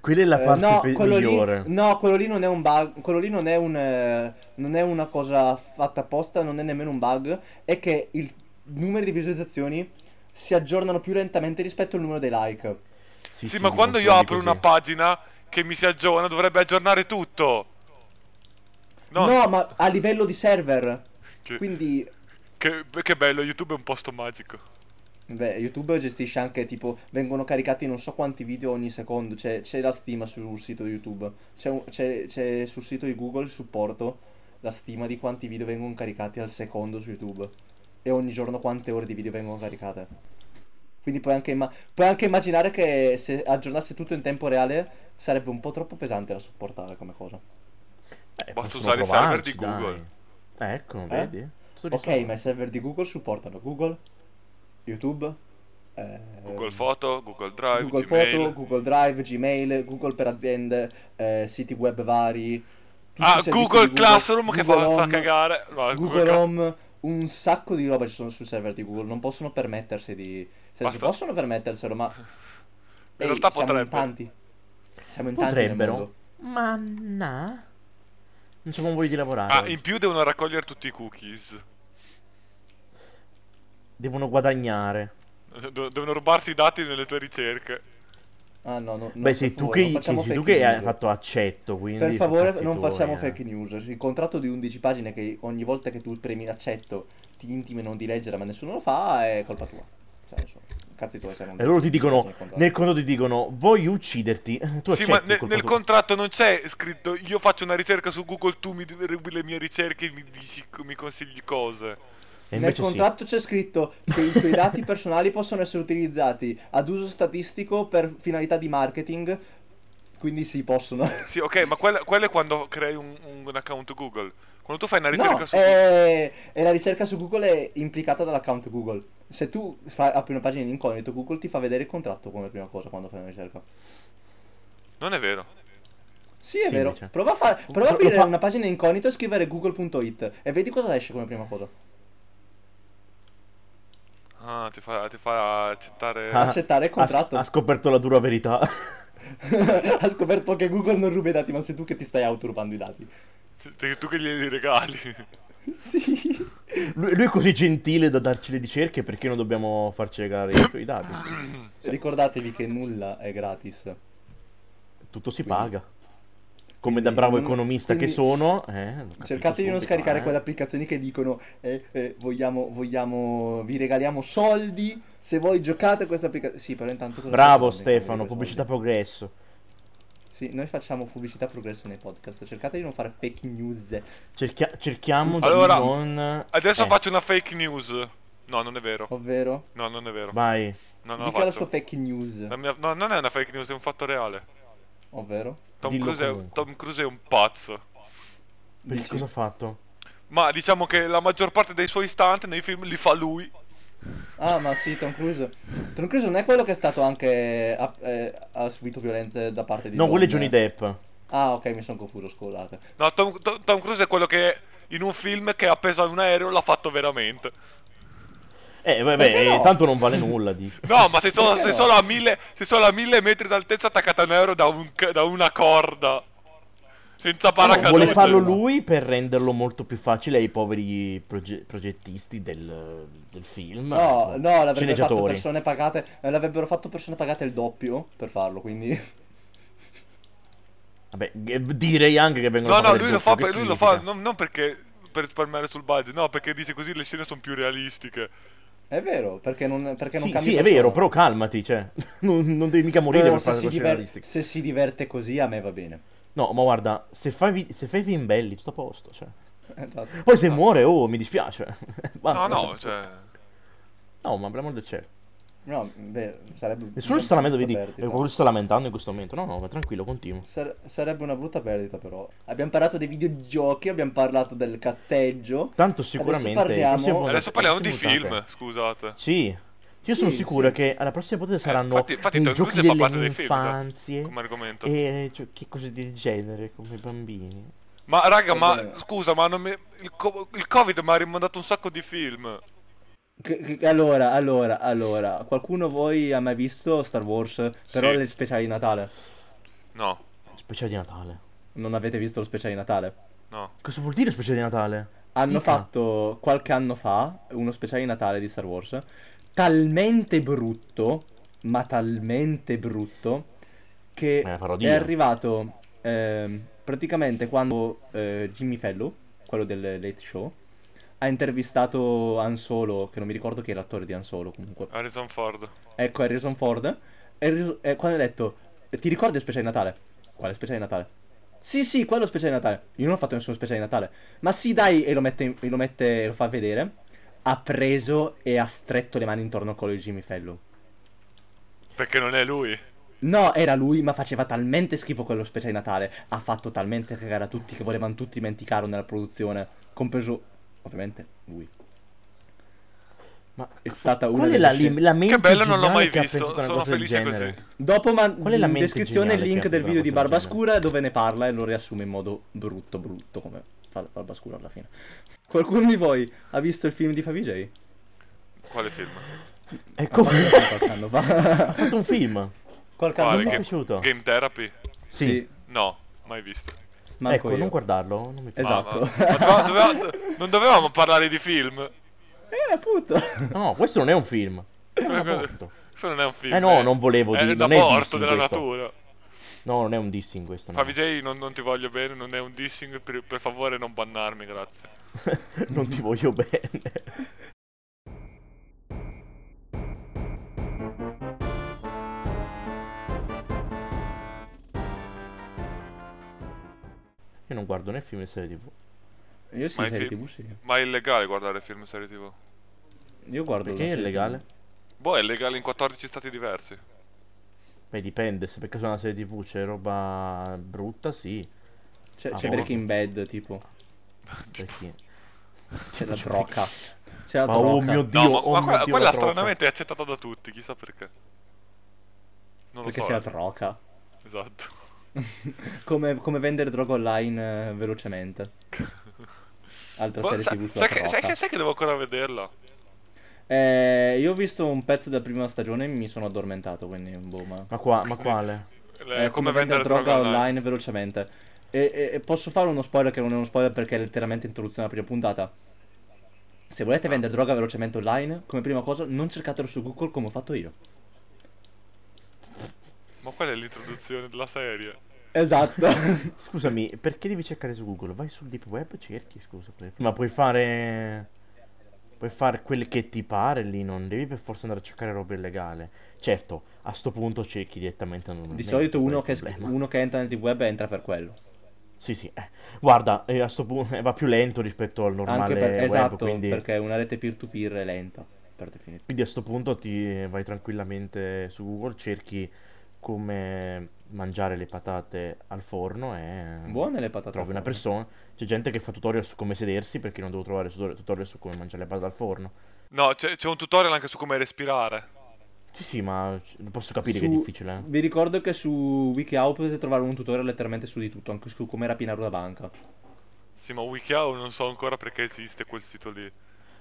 S2: Quella è la
S1: Eh,
S2: parte
S1: no,
S2: pe-
S1: quello lì-
S2: migliore.
S1: no, quello lì non è un bug, quello lì non è un eh, non è una cosa fatta apposta, non è nemmeno un bug, è che il numero di visualizzazioni si aggiornano più lentamente rispetto al numero dei like.
S2: Sì,
S3: Sì,
S2: sì,
S3: ma
S2: mi
S3: quando io
S2: confondi
S3: apro
S2: così.
S3: una pagina che mi si aggiorna dovrebbe aggiornare tutto.
S1: No, ma a livello di server.
S3: Che-
S1: Quindi,
S3: Che, che bello, YouTube è un posto magico.
S1: beh, YouTube gestisce anche tipo. Vengono caricati non so quanti video ogni secondo. C'è, c'è la stima sul sito YouTube. C'è, un- c'è- c'è sul sito di Google il supporto. La stima di quanti video vengono caricati al secondo su YouTube. E ogni giorno quante ore di video vengono caricate. Quindi puoi anche, imma- puoi anche immaginare che se aggiornasse tutto in tempo reale sarebbe un po' troppo pesante da supportare come cosa.
S2: Eh,
S3: Basta
S2: possono
S3: usare i server
S2: provarci,
S3: di Google.
S2: dai. Eh, Ecco, vedi? Tutto
S1: Ok,
S2: risolto.
S1: ma i server di Google supportano Google, YouTube, eh,
S3: Google Foto, Google Drive,
S1: Google
S3: Gmail.
S1: Foto, Google Drive, Gmail, Google per aziende, eh, siti web vari. tutti i
S3: Ah,
S1: servizi
S3: Google
S1: di
S3: Classroom che
S1: Google
S3: fa, fa
S1: Home,
S3: cagare. No,
S1: Google,
S3: Class-
S1: Home, un sacco di roba ci sono sul server di Google, non possono permettersi di... Se
S3: Basta.
S1: possono permetterselo, ma... Ehi,
S3: realtà
S1: siamo in
S3: potrebbe.
S1: tanti. Siamo in tanti nel
S2: Potrebbero.
S1: mondo.
S2: Ma no. Non c'è voglia di lavorare.
S3: Ah,
S2: oggi.
S3: in più devono raccogliere tutti i cookies.
S2: Devono guadagnare.
S3: Do- Devono rubarti i dati nelle tue ricerche.
S1: Ah no, no, no,
S2: Beh,
S1: per
S2: sì, tu
S1: favore,
S2: che,
S1: non facciamo
S2: che- tu
S1: fake
S2: che hai
S1: news.
S2: fatto accetto, quindi...
S1: Per
S2: sono
S1: favore
S2: cazzi
S1: non
S2: tuoi,
S1: facciamo
S2: eh.
S1: fake news. Il contratto di 11 pagine che ogni volta che tu premi l'accetto ti intimano di leggere ma nessuno lo fa è colpa tua. Cioè, non so, cazzi tuoi se non
S2: E loro ti dicono,
S1: nel contratto.
S2: nel conto ti dicono, voglio ucciderti. Tu
S3: sì,
S2: accetti,
S3: ma
S2: è
S3: ne-
S2: colpa
S3: nel
S2: tua.
S3: contratto non c'è scritto io faccio una ricerca su Google, tu mi rubi le mie ricerche e mi, dici, mi consigli cose.
S2: E
S1: Nel
S2: invece sì.
S1: contratto c'è scritto che i tuoi dati personali possono essere utilizzati ad uso statistico per finalità di marketing. Quindi sì, possono.
S3: Sì, ok, ma quella- quello, è quando crei un, un account Google. Quando tu fai una
S1: No,
S3: ricerca
S1: eh.
S3: su Google...
S1: è... è la ricerca su Google è implicata dall'account Google. Se tu fa- apri una pagina in incognito, Google ti fa vedere il contratto come prima cosa quando fai una ricerca.
S3: Non è vero.
S1: Sì, è
S2: Sì,
S1: vero.
S2: invece.
S1: Prova a, fare,
S2: Lo-
S1: prova a
S2: lo
S1: aprire
S2: fa-
S1: una pagina incognito e scrivere google.it e vedi cosa esce come prima cosa.
S3: Ah, ti fa, ti fa accettare...
S2: Ah,
S1: accettare il
S2: ha s-
S1: contratto.
S2: Ha, scoperto la dura verità.
S1: ha scoperto che Google non ruba i dati, ma sei tu che ti stai autorubando i dati.
S3: Sei tu che glieli regali.
S1: Sì.
S2: lui, lui è così gentile da darci le ricerche perché non dobbiamo farci regalare i, i dati. sì.
S1: Ricordatevi che nulla è gratis.
S2: Tutto si
S1: Quindi- Mm,
S2: paga. Come da bravo economista che
S1: quindi-
S2: sono, eh, l'ho capito
S1: Cercate di non
S2: subito,
S1: scaricare
S2: eh.
S1: quelle applicazioni che dicono eh, eh, vogliamo, vogliamo, vi regaliamo soldi se voi giocate a questa applicazione. Sì, però intanto cosa
S2: Bravo
S1: facciamo noi con
S2: Stefano,
S1: quei
S2: pubblicità
S1: soldi?
S2: progresso.
S1: Sì, noi facciamo pubblicità progresso nei podcast. Cercate di non fare fake news.
S2: Cerchia- cerchiamo
S3: Allora,
S2: di non...
S3: Adesso
S2: eh, Oh.
S3: faccio una fake news. No, non è vero.
S1: Ovvero,
S3: No, non è vero.
S2: Vai.
S3: No, no,
S1: dica la sua
S3: faccio.
S1: fake news.
S3: La mia- No, non è una fake news, è un fatto reale.
S1: Ovvero?
S3: Tom
S2: Dillo
S3: Cruise, è...
S2: comunque.
S3: Tom Cruise è un pazzo.
S2: Perché
S1: Dici?
S2: cosa ha fatto?
S3: Ma diciamo che la maggior parte dei suoi stunt nei film li fa lui.
S1: Ah, ma sì, Tom Cruise. Tom Cruise non è quello che è stato anche. Ha, eh, ha subito violenze da parte di.
S2: No, quello è
S1: donne.
S2: Johnny Depp.
S1: Ah, ok, mi sono confuso, scusate.
S3: No, Tom, Tom- Tom Cruise è quello che in un film che è appeso a un aereo l'ha fatto veramente.
S1: Perché
S2: Eh, vabbè,
S1: no?
S2: eh, tanto non vale nulla, dico.
S3: No, ma sei solo,
S1: Perché
S3: sei
S1: no?
S3: solo a mille, sei solo a mille metri d'altezza attaccata a un aereo da, un ca- da una corda. Senza paracadute.
S2: Vuole farlo
S1: no.
S2: lui per renderlo molto più facile ai poveri proge- progettisti del, del film.
S1: No,
S2: ecco,
S1: no, l'avrebbero fatto
S2: sceneggiatori.
S1: persone pagate. eh, L'avrebbero fatto persone pagate il doppio per farlo, quindi.
S2: Vabbè, g- direi anche che vengono
S3: No, no,
S2: pagate
S3: lui
S2: il
S3: lo fa,
S2: doppio,
S3: per-
S2: che
S3: lui lo fa
S2: significa?
S3: non, non perché per risparmiare sul budget, no, perché dice così le scene sono più realistiche.
S1: È vero, perché non, perché non
S2: Sì,
S1: cambia
S2: sì, è
S1: persona.
S2: vero, però calmati, cioè, non, non devi mica morire
S1: Però
S2: per
S1: se
S2: fare
S1: si,
S2: cose
S1: diver-
S2: realistiche.
S1: se si diverte così, a me va bene.
S2: No, ma guarda, se fai, vi- se fai film belli, tutto a posto, cioè.
S1: Esatto.
S2: Poi se muore, oh, mi dispiace. Basta.
S3: No, no, cioè.
S2: No, ma per amor del cielo.
S1: No, beh, sarebbe.
S2: Nessuno si sta lamentando, vedi, eh,
S1: perdita.
S2: qualcuno si sta lamentando in questo momento. No, no, ma tranquillo, continuo.
S1: Sar- sarebbe una brutta perdita, però. Abbiamo parlato dei videogiochi, abbiamo parlato del cazzeggio.
S2: Tanto sicuramente...
S1: parliamo-
S2: prossima volta-
S3: Adesso parliamo di
S2: prossima puntata-
S3: film, scusate.
S2: Sì. Io sono
S1: Sì,
S2: sicuro
S1: sì.
S2: che alla prossima puntata
S3: Eh,
S2: saranno
S3: infatti- infatti
S2: eh,
S3: Tom
S2: giochi
S3: Cruise fa
S2: delle
S3: parte
S2: mie
S3: dei film, dai,
S2: infanzie
S3: come argomento.
S2: e gio- che cose del genere come bambini.
S3: Ma raga, ma
S1: Vabbè.
S3: scusa, ma non mi... il, co- il Covid mi ha rimandato un sacco di film.
S1: C- c- Allora, allora, allora, qualcuno voi ha mai visto Star Wars? Però
S3: Sì.
S1: le speciali di Natale.
S3: No,
S2: Speciale di Natale.
S1: Non avete visto lo speciale di Natale?
S3: no.
S2: Cosa vuol dire speciale di Natale?
S1: Hanno
S2: Dica.
S1: fatto qualche anno fa uno speciale di Natale di Star Wars talmente brutto, ma talmente brutto che
S2: Me la farò
S1: è
S2: dire.
S1: arrivato ehm, praticamente quando eh, Jimmy Fellow, quello del Late Show, ha intervistato Han Solo, che non mi ricordo chi è l'attore di Han Solo comunque.
S3: Harrison Ford.
S1: Ecco Harrison Ford. E ris- e eh, quando ha detto, ti ricordi il speciale di Natale? Quale speciale di Natale? Sì, sì, quello speciale di Natale. Io non ho fatto nessuno speciale di Natale. Ma sì, dai, e lo mette, in- e lo, mette lo fa vedere. Ha preso e ha stretto le mani intorno al collo di Jimmy Fellow.
S3: Perché non è lui.
S1: No, era lui, ma faceva talmente schifo quello speciale di Natale. Ha fatto talmente cagare a tutti che volevano tutti dimenticarlo nella produzione. Compreso, ovviamente, lui.
S2: Ma
S1: È stata una
S2: qual è
S1: delle
S2: la,
S1: scene-
S2: lim- la mente
S3: Che bello, non l'ho
S2: geniale
S3: mai
S2: che ha
S3: visto.
S2: pensato a una
S3: Sono
S2: cosa del
S3: felice
S2: genere?
S3: così.
S1: Dopo, ma
S2: Qual è la
S1: in
S2: mente
S1: descrizione il
S2: geniale
S1: link
S2: che ha
S1: del
S2: preso
S1: video di
S2: una cosa del
S1: Barbascura dove ne parla e lo riassume in modo brutto, brutto, come fa Barbascura alla fine. Qualcuno di voi ha visto il film di Favij?
S3: Quale film?
S2: Ecco, ha
S1: Qualche anno fa.
S2: fatto un film.
S1: Qualche anno
S3: Quale?
S2: mi
S1: fa.
S2: è
S3: Game-
S2: piaciuto.
S3: Game Therapy?
S2: Sì,
S3: No, mai visto.
S1: ma
S2: ecco,
S1: io.
S2: non guardarlo. Non mi piace.
S1: Esatto.
S3: Ma- ma- ma dovevamo- dovevamo- non dovevamo parlare di film.
S1: Eh, appunto.
S2: No, questo non è un film. È un aborto.
S3: Questo non è un film.
S2: Eh no, non volevo
S3: è
S2: dire,
S3: un
S2: non è
S3: aborto
S2: dissing
S3: della
S2: questo.
S3: natura.
S2: No, non è un dissing questo. No.
S3: Favi J, non, non ti voglio bene, non è un dissing, per, per favore non bannarmi, grazie.
S2: non ti voglio bene. Io non guardo né film né serie tv.
S1: Io sì,
S3: Ma è
S1: serie
S3: film.
S1: TV sì.
S3: Ma è illegale guardare film e serie tv.
S1: Io guardo
S2: Perché
S1: la
S2: è
S1: serie
S2: illegale?
S1: TV.
S3: Boh, è legale in 14 stati diversi.
S2: Beh, dipende, se perché sono una serie tv c'è roba brutta, sì.
S1: C'è,
S2: Ah,
S1: c'è
S2: boh.
S1: Breaking Bad, tipo.
S2: Perché...
S1: C'è la trocca. C'è la
S2: Cioè, Ma oh
S1: trocca.
S2: mio
S3: No,
S2: dio,
S3: ma,
S2: oh
S3: ma
S2: mio
S3: quella,
S2: dio,
S3: quella
S2: la trocca.
S3: stranamente è accettata da tutti, chissà perché. Non lo
S1: Perché
S3: so. eh.
S1: c'è la trocca.
S3: esatto.
S1: Come, come vendere droga online eh, velocemente. Altra
S3: Boh,
S1: serie
S3: sa-
S1: TV sulla
S3: sai, che,
S1: trocca.
S3: sai che- sai che devo ancora vederla?
S1: Eh, io ho visto un pezzo della prima stagione e mi sono addormentato, quindi boh, ma...
S2: Ma, qua, ma quale?
S3: Eh,
S1: Eh, come, vendere droga online, velocemente. E, e- e posso fare uno spoiler che non è uno spoiler perché è letteralmente introduzione alla prima puntata. Se volete vendere droga velocemente online, come prima cosa, non cercatelo su Google come ho fatto io.
S3: Ma quella è l'introduzione della serie.
S1: Esatto.
S2: Scusami, perché devi cercare su Google? Vai sul deep web, cerchi, scusa. per- Ma puoi fare... Puoi fare quel che ti pare lì, non devi per forza andare a cercare roba illegale. Certo, a sto punto cerchi direttamente
S1: Di solito uno che,
S2: problema.
S1: uno che entra nel deep web entra per quello.
S2: Sì, sì. eh. Guarda, eh, a sto punto eh, va più lento rispetto al normale
S1: Anche per,
S2: web,
S1: esatto,
S2: quindi...
S1: perché una rete peer-to-peer è lenta, per definizione.
S2: Quindi a sto punto ti vai tranquillamente su Google, cerchi come mangiare le patate al forno e
S1: Buone le patate.
S2: Mm. trovi
S1: al
S2: una
S1: forno.
S2: persona. C'è gente che fa tutorial su come sedersi perché non devo trovare tutor- tutorial su come mangiare le patate al forno.
S3: No, c'è, c'è un tutorial anche su come respirare.
S2: Sì, sì, ma c- posso capire che
S1: Su-
S2: è difficile. eh.
S1: Vi ricordo che su WikiHow potete trovare un tutorial letteralmente su di tutto, anche su come rapinare una banca.
S3: Sì, ma Wikiao non so ancora perché esiste quel sito lì.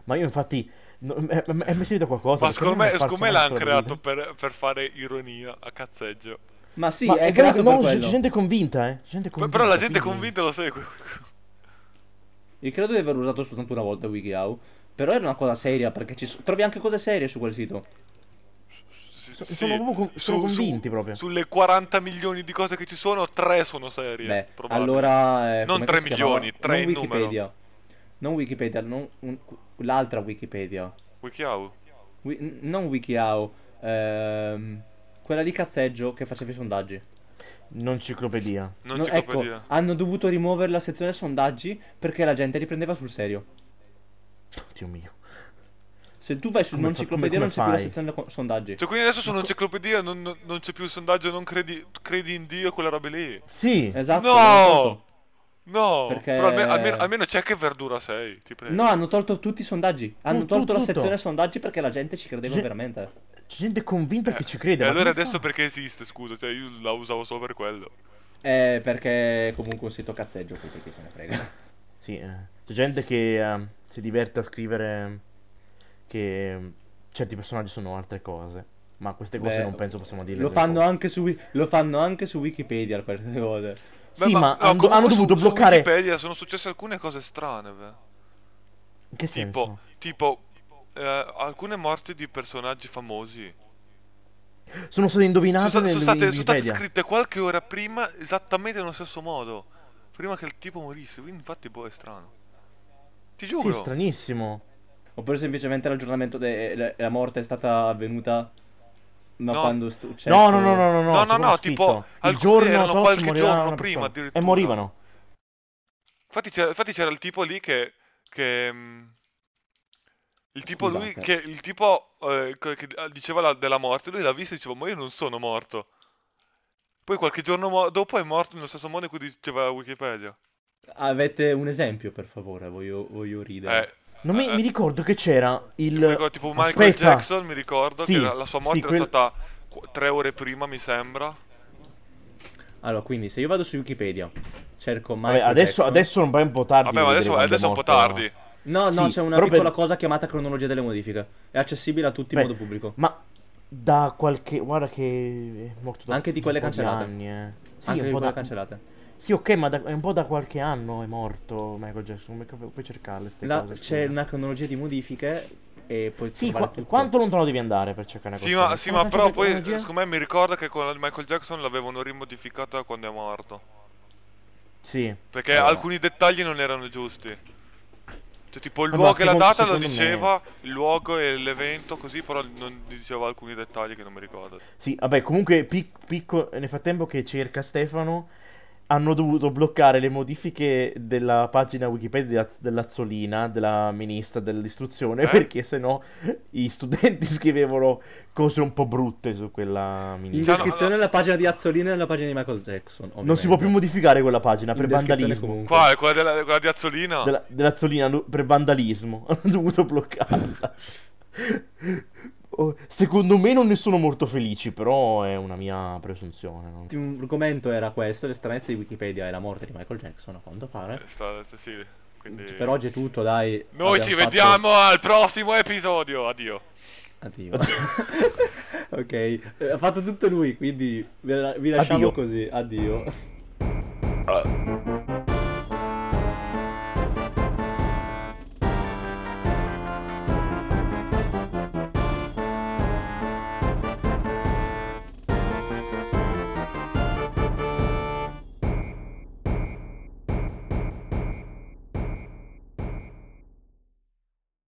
S2: Ma io infatti no, m- m- è messo da qualcosa
S3: Ma
S2: perché a
S3: secondo
S2: me mi è
S3: me,
S2: apparso
S3: secondo me l'hanno
S2: un'altra
S3: creato per, per fare ironia a cazzeggio.
S1: Ma sì,
S2: Ma
S1: è
S2: è gra-
S1: grato per
S2: no, c'è
S1: quello.
S2: c'è gente convinta, eh. C'è gente
S3: P-
S2: convinta,
S3: Però la gente
S2: quindi-
S3: convinta lo segue.
S1: Io credo di aver usato soltanto una volta WikiHow, però era una cosa seria perché ci so- trovi anche cose serie su quel sito.
S3: S-
S2: So-
S3: sì,
S2: sono proprio con- sono convinti proprio.
S3: Sulle 40 milioni di cose che ci sono, 3 sono serie.
S1: Beh,
S3: probabile.
S1: allora... eh,
S3: Non
S1: com'è che
S3: tre
S1: si chiamava?
S3: milioni, tre
S1: Non
S3: in numero.
S1: Wikipedia. Non Wikipedia, non un- l'altra Wikipedia.
S3: Wikiao.
S1: Wi- n- non WikiHow, ehm, quella di cazzeggio che faceva i sondaggi.
S2: Un'enciclopedia.
S3: Non
S1: No,
S3: ci
S1: ecco,
S3: capire.
S1: hanno dovuto rimuovere la sezione sondaggi perché la gente li prendeva sul serio.
S2: Dio mio.
S1: Se tu vai su
S2: Come
S1: non
S2: fa-
S1: ciclopedia
S2: come-
S1: non
S2: come
S1: c'è più la
S2: fai?
S1: sezione co- sondaggi.
S3: Cioè, quindi adesso sono enciclopedia, non, non- non c'è più il sondaggio, non credi, credi in Dio e quella roba lì.
S2: Sì.
S1: Esatto. hanno
S3: no!
S1: tolto.
S3: No!
S1: Perché-
S3: Però alme- almeno, almeno c'è che verdura sei, ti prego.
S1: No, hanno tolto tutti i sondaggi. Hanno
S2: Tu- tu-
S1: tolto la
S2: tutto.
S1: sezione sondaggi perché la gente ci credeva
S2: Ge-
S1: veramente.
S2: C'è gente convinta che ci crede.
S3: Eh, E
S2: ma
S3: allora
S2: come
S3: adesso
S2: fa?
S3: perché esiste, scusa, cioè io la usavo solo per quello.
S1: Eh, perché è comunque un sito cazzeggio, quindi chi se ne frega.
S2: Sì, eh. c'è gente che eh, si diverte a scrivere ehm, che eh, certi personaggi sono altre cose, ma queste cose
S1: Beh,
S2: non penso possiamo dirle.
S1: Lo
S2: nel
S1: fanno,
S2: podcast.
S1: anche su, Wi- lo fanno anche su Wikipedia queste cose.
S2: Sì,
S3: Beh,
S2: ma
S3: no,
S2: hanno,
S3: comunque
S2: hanno
S3: su-
S2: dovuto
S3: su
S2: bloccare...
S3: Wikipedia sono successe alcune cose strane, beh.
S2: In che
S3: Tipo,
S2: senso?
S3: tipo eh, alcune morti di personaggi famosi.
S2: Sono state
S3: Sono,
S2: indovinate
S3: sta-
S2: nel-
S3: sono state,
S2: in
S3: sono state
S2: Wikipedia.
S3: scritte qualche ora prima esattamente nello stesso modo. prima che il tipo morisse, quindi infatti boh è strano. Ti
S2: Sì,
S3: giuro.
S2: è stranissimo.
S1: Oppure semplicemente l'aggiornamento della la morte è stata avvenuta ma
S3: No.
S1: quando st- cioè,
S2: No, no, no, no, no,
S3: No,
S2: c'è
S3: no,
S2: proprio
S3: no, tipo,
S2: scritto. il
S3: alcuni
S2: giorno
S3: erano
S2: tot
S3: qualche
S2: morirà
S3: giorno
S2: una
S3: prima,
S2: persona. E
S3: addirittura.
S2: morivano.
S3: Infatti c'era, infatti c'era il tipo lì che... che mm, il tipo lui
S1: Scusate.
S3: che il tipo eh, que- che diceva la- della morte, lui l'ha visto e diceva "Ma io non sono morto". Poi qualche giorno mo- dopo è morto nello stesso modo in cui diceva Wikipedia.
S1: Avete un esempio per favore, voglio, voglio ridere.
S3: Eh,
S2: Non mi, mi ricordo che c'era il.
S3: mi ricordo, tipo Michael
S2: Aspetta.
S3: Jackson, mi ricordo
S2: Sì,
S3: che la, la sua morte
S2: sì,
S3: era
S2: quel-
S3: stata qu- tre ore prima, mi sembra.
S1: Allora, quindi se io vado su Wikipedia, cerco
S2: Vabbè,
S1: Michael
S2: adesso,
S1: Jackson-
S2: adesso è un po' un po' tardi.
S3: Vabbè, ma
S2: per
S3: adesso,
S2: vedere
S3: adesso è un po'
S2: quando morto.
S3: tardi.
S1: No, no,
S2: Sì,
S1: c'è una
S2: però per-
S1: piccola cosa chiamata cronologia delle modifiche. È accessibile a tutti in
S2: Beh,
S1: modo pubblico.
S2: Ma da qualche. Guarda che. È morto da
S1: Anche di
S2: un
S1: quelle
S2: po'
S1: cancellate.
S2: Anni, eh. Sì,
S1: Anche
S2: un
S1: di
S2: po'
S1: quelle
S2: da.
S1: cancellate.
S2: Sì, ok, ma da- è un po' da qualche anno è morto Michael Jackson. Come cavolo- puoi cercarle ste
S1: La-
S2: cose?
S1: c'è
S2: scusa?
S1: una cronologia di modifiche e poi
S2: Sì,
S1: trovare
S2: qua-
S1: tutto.
S2: quanto lontano devi andare per cercare una
S3: Sì,
S2: cosa?
S3: ma, sì,
S2: Come
S3: ma
S2: faccio
S3: però
S2: per
S3: poi
S2: cronologia?
S3: secondo me mi ricordo che con Michael Jackson l'avevano rimodificata quando è morto.
S2: Sì.
S3: Perché
S1: Allora.
S3: alcuni dettagli non erano giusti. Cioè, tipo il
S2: Eh, Ma
S3: luogo e la
S2: secondo-
S3: data lo
S2: secondo me-
S3: diceva, il luogo e l'evento, così, però non diceva alcuni dettagli che non mi ricordo.
S2: Sì, vabbè, comunque pic- picco- nel frattempo che cerca Stefano hanno dovuto bloccare le modifiche della pagina Wikipedia della- dell'Azzolina, della ministra dell'istruzione,
S3: Eh?
S2: perché sennò i studenti scrivevano cose un po' brutte su quella
S1: In
S2: ministra.
S3: Già, no,
S1: descrizione
S3: no.
S1: la pagina di Azzolina e la pagina di Michael Jackson.
S2: Non si può più modificare quella pagina per vandalismo.
S3: Qua è quella, della, quella di Azzolina.
S2: Della, dell'Azzolina no, per vandalismo, hanno dovuto bloccarla. Oh, Secondo me non ne sono molto felici, però è una mia presunzione. non-
S1: Un argomento era questo, le stranezze di Wikipedia e la morte di Michael Jackson, a quanto pare.
S3: Eh, sta- sì, sì, quindi-
S1: Per oggi è tutto, dai. Abbiamo
S3: Noi ci
S1: fatto-
S3: vediamo al prossimo episodio. Addio.
S1: Addio. ok, eh, ha fatto tutto lui, quindi vi vi lasciamo
S2: Addio.
S1: così. Addio.